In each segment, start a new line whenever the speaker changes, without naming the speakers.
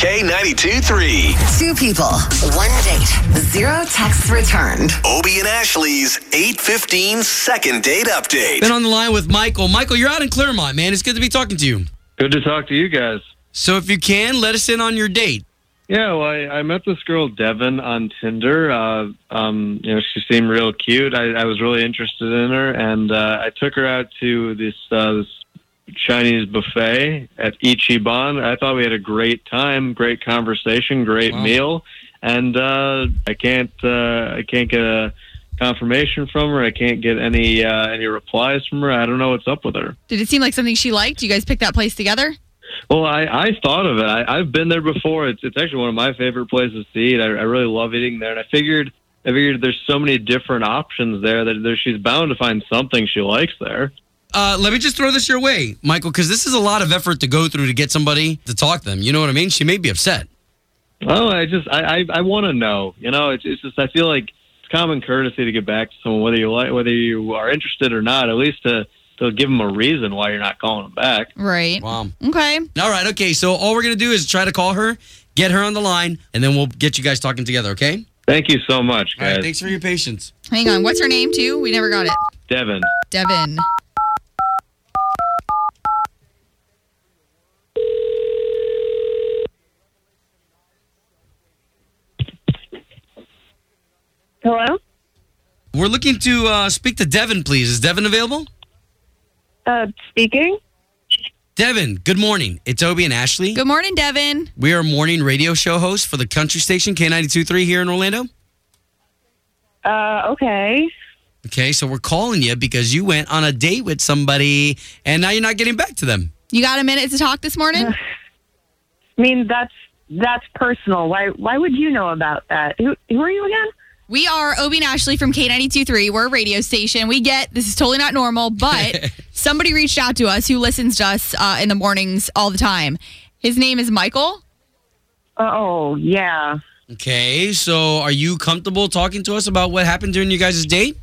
K92 3.
Two people, one date, zero texts returned.
Obie and Ashley's 815 second date update.
Been on the line with Michael. Michael, you're out in Claremont, man. It's good to be talking to you.
Good to talk to you guys.
So if you can, let us in on your date.
Yeah, well, I, I met this girl Devin on Tinder. Uh, um, you know, she seemed real cute. I, I was really interested in her, and uh, I took her out to this uh, this Chinese buffet at Ichiban. I thought we had a great time, great conversation, great
Wow.
meal, and uh, I can't uh, I can't get a confirmation from her. I can't get any uh, any replies from her. I don't know what's up with her.
Did it seem like something she liked? You guys picked that place together?
Well, I, I thought of it. I, I've been there before. It's it's actually one of my favorite places to eat. I, I really love eating there, and I figured I figured there's so many different options there that there, she's bound to find something she likes there.
Uh, let me just throw this your way, Michael, because this is a lot of effort to go through to get somebody to talk to them. You know what I mean? She may be upset.
Oh, I just I I, I want to know. You know, it's, it's just I feel like it's common courtesy to get back to someone whether you like whether you are interested or not. At least to to give them a reason why you're not calling them back.
Right.
Wow.
Okay.
All right, okay. So all we're going to do is try to call her, get her on the line, and then we'll get you guys talking together, okay?
Thank you so much,
All
guys.
right, thanks for your patience.
Hang on. What's her name, too? We never got it.
Devin.
Devin.
Hello?
We're looking to uh, speak to Devin, please. Is Devin available?
Uh, speaking?
Devin, good morning. It's Obie and Ashley.
Good morning, Devin.
We are morning radio show hosts for the country station K92.3 here in Orlando.
Uh, okay.
Okay, so we're calling you because you went on a date with somebody and now you're not getting back to them.
You got a minute to talk this morning?
Uh.
I mean, that's that's personal. Why why would you know about that? Who, who are you again?
We are Obie and Ashley from K92.3. We're a radio station. We get this is totally not normal, but somebody reached out to us who listens to us uh, in the mornings all the time. His name is Michael.
Oh, yeah.
Okay, so are you comfortable talking to us about what happened during your guys' date?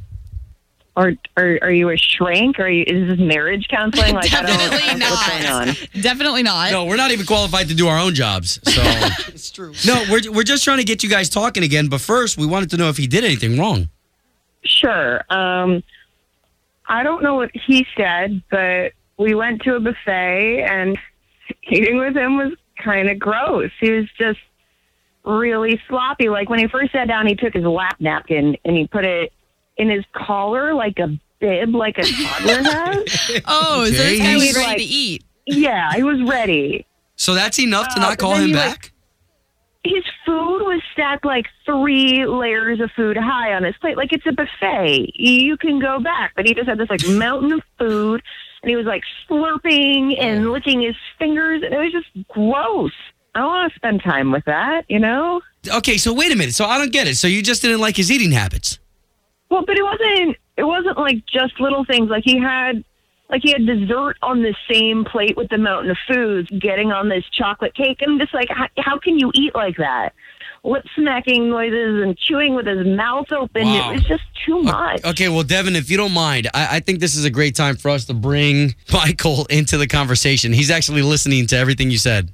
Or are, are you a shrink? Are you, is this marriage counseling? Like, I don't,
Definitely
I don't know what's going
not.
on.
Definitely not.
No, we're not even qualified to do our own jobs. So it's true. No, we're we're just trying to get you guys talking again. But first, we wanted to know if he did anything wrong.
Sure. Um, I don't know what he said, but we went to a buffet and eating with him was kind of gross. He was just really sloppy. Like when he first sat down, he took his lap napkin and he put it in his collar like a bib, like a toddler has.
Oh, so this
Okay.
guy was
He's
ready
like-
to eat.
Yeah, he was ready.
So that's enough to
Uh,
not
but
call
then
him
he, like-
back.
His food was stacked like three layers of food high on his plate. Like it's a buffet. You can go back. But he just had this like mountain of food and he was like slurping and licking his fingers and it was just gross. I don't want to spend time with that, you know?
okay, so wait a minute. So I don't get it. So you just didn't like his eating habits.
Well, but it wasn't it wasn't like just little things. Like he had like he had dessert on the same plate with the mountain of foods, getting on this chocolate cake. I'm just like, how, how can you eat like that? Lip smacking noises and chewing with his mouth open.
Wow. Oh
It was just too much.
Okay, well, Devin, if you don't mind, I, I think this is a great time for us to bring Michael into the conversation. He's actually listening to everything you said.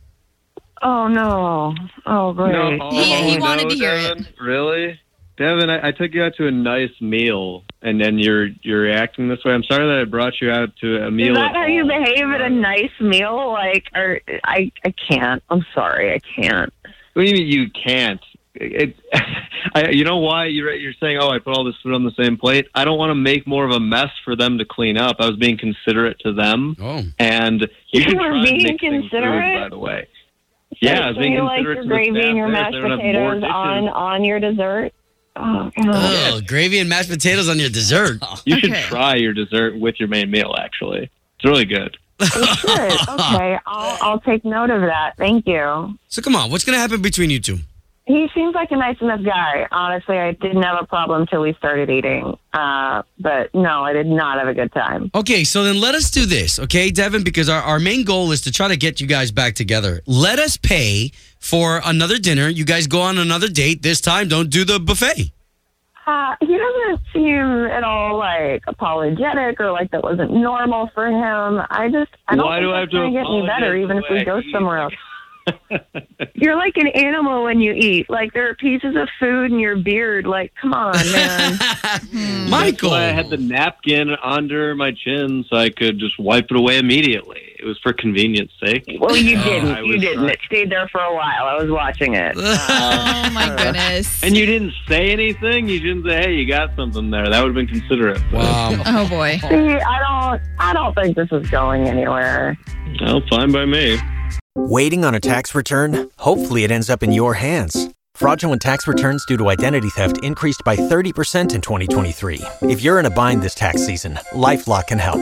Oh no! Oh great.
He- he wanted to hear
Devin, Really, Devin? I, I took you out to a nice meal, and then you're you're acting this way. I'm sorry that I brought you out to a meal.
Is that
at
how you
all.
behave at a nice meal? Like, or I, I can't. I'm sorry, I can't.
What do you mean you can't? It, I, you know why you're you're saying, oh, I put all this food on the same plate. I don't want to make more of a mess for them to clean up. I was being considerate to them,
Oh.
and you,
You
should
were
try
being
mixing
considerate?
Food, by the way, yeah, I was being
you
considerate
like your
to the
gravy
staff
and your
there.
mashed
They don't have more
potatoes on
dishes.
on your dessert. Oh God.
Oh, gravy and mashed potatoes on your dessert.
You should
Okay.
try your dessert with your main meal. Actually, it's really good.
We should. okay, I'll, I'll take note of that. Thank you.
So come on, what's gonna happen between you two?
He seems like a nice enough guy. Honestly, I didn't have a problem till we started eating. Uh, but no, I did not have a good time.
Okay, so then let us do this, okay, Devin? Because our, our main goal is to try to get you guys back together. Let us pay for another dinner. You guys go on another date. This time, don't do the buffet.
Uh, he doesn't seem at all like apologetic or like that wasn't normal for him. I just I don't
Why
think
do I
that's
have to
gonna get any
apologize
better,
the
even if
way
we
I
go
eat?
somewhere else. You're like an animal when you eat. Like there are pieces of food in your beard. Like, come on, Oh, man.
That's
Hmm.
Michael,
why I had the napkin under my chin so I could just wipe it away immediately. It was for convenience sake.
well, you
Oh,
didn't.
I
you
was
didn't.
right.
It stayed there for a while. I was watching it.
Oh my goodness.
And you didn't say anything. You didn't say, "Hey, you got something there." That would have been considerate.
wow,
Oh boy.
See, I don't. I don't think this is going anywhere.
Well, fine by me.
Waiting on a tax return? Hopefully, it ends up in your hands. Fraudulent tax returns due to identity theft increased by 30% in 2023. If you're in a bind this tax season, LifeLock can help.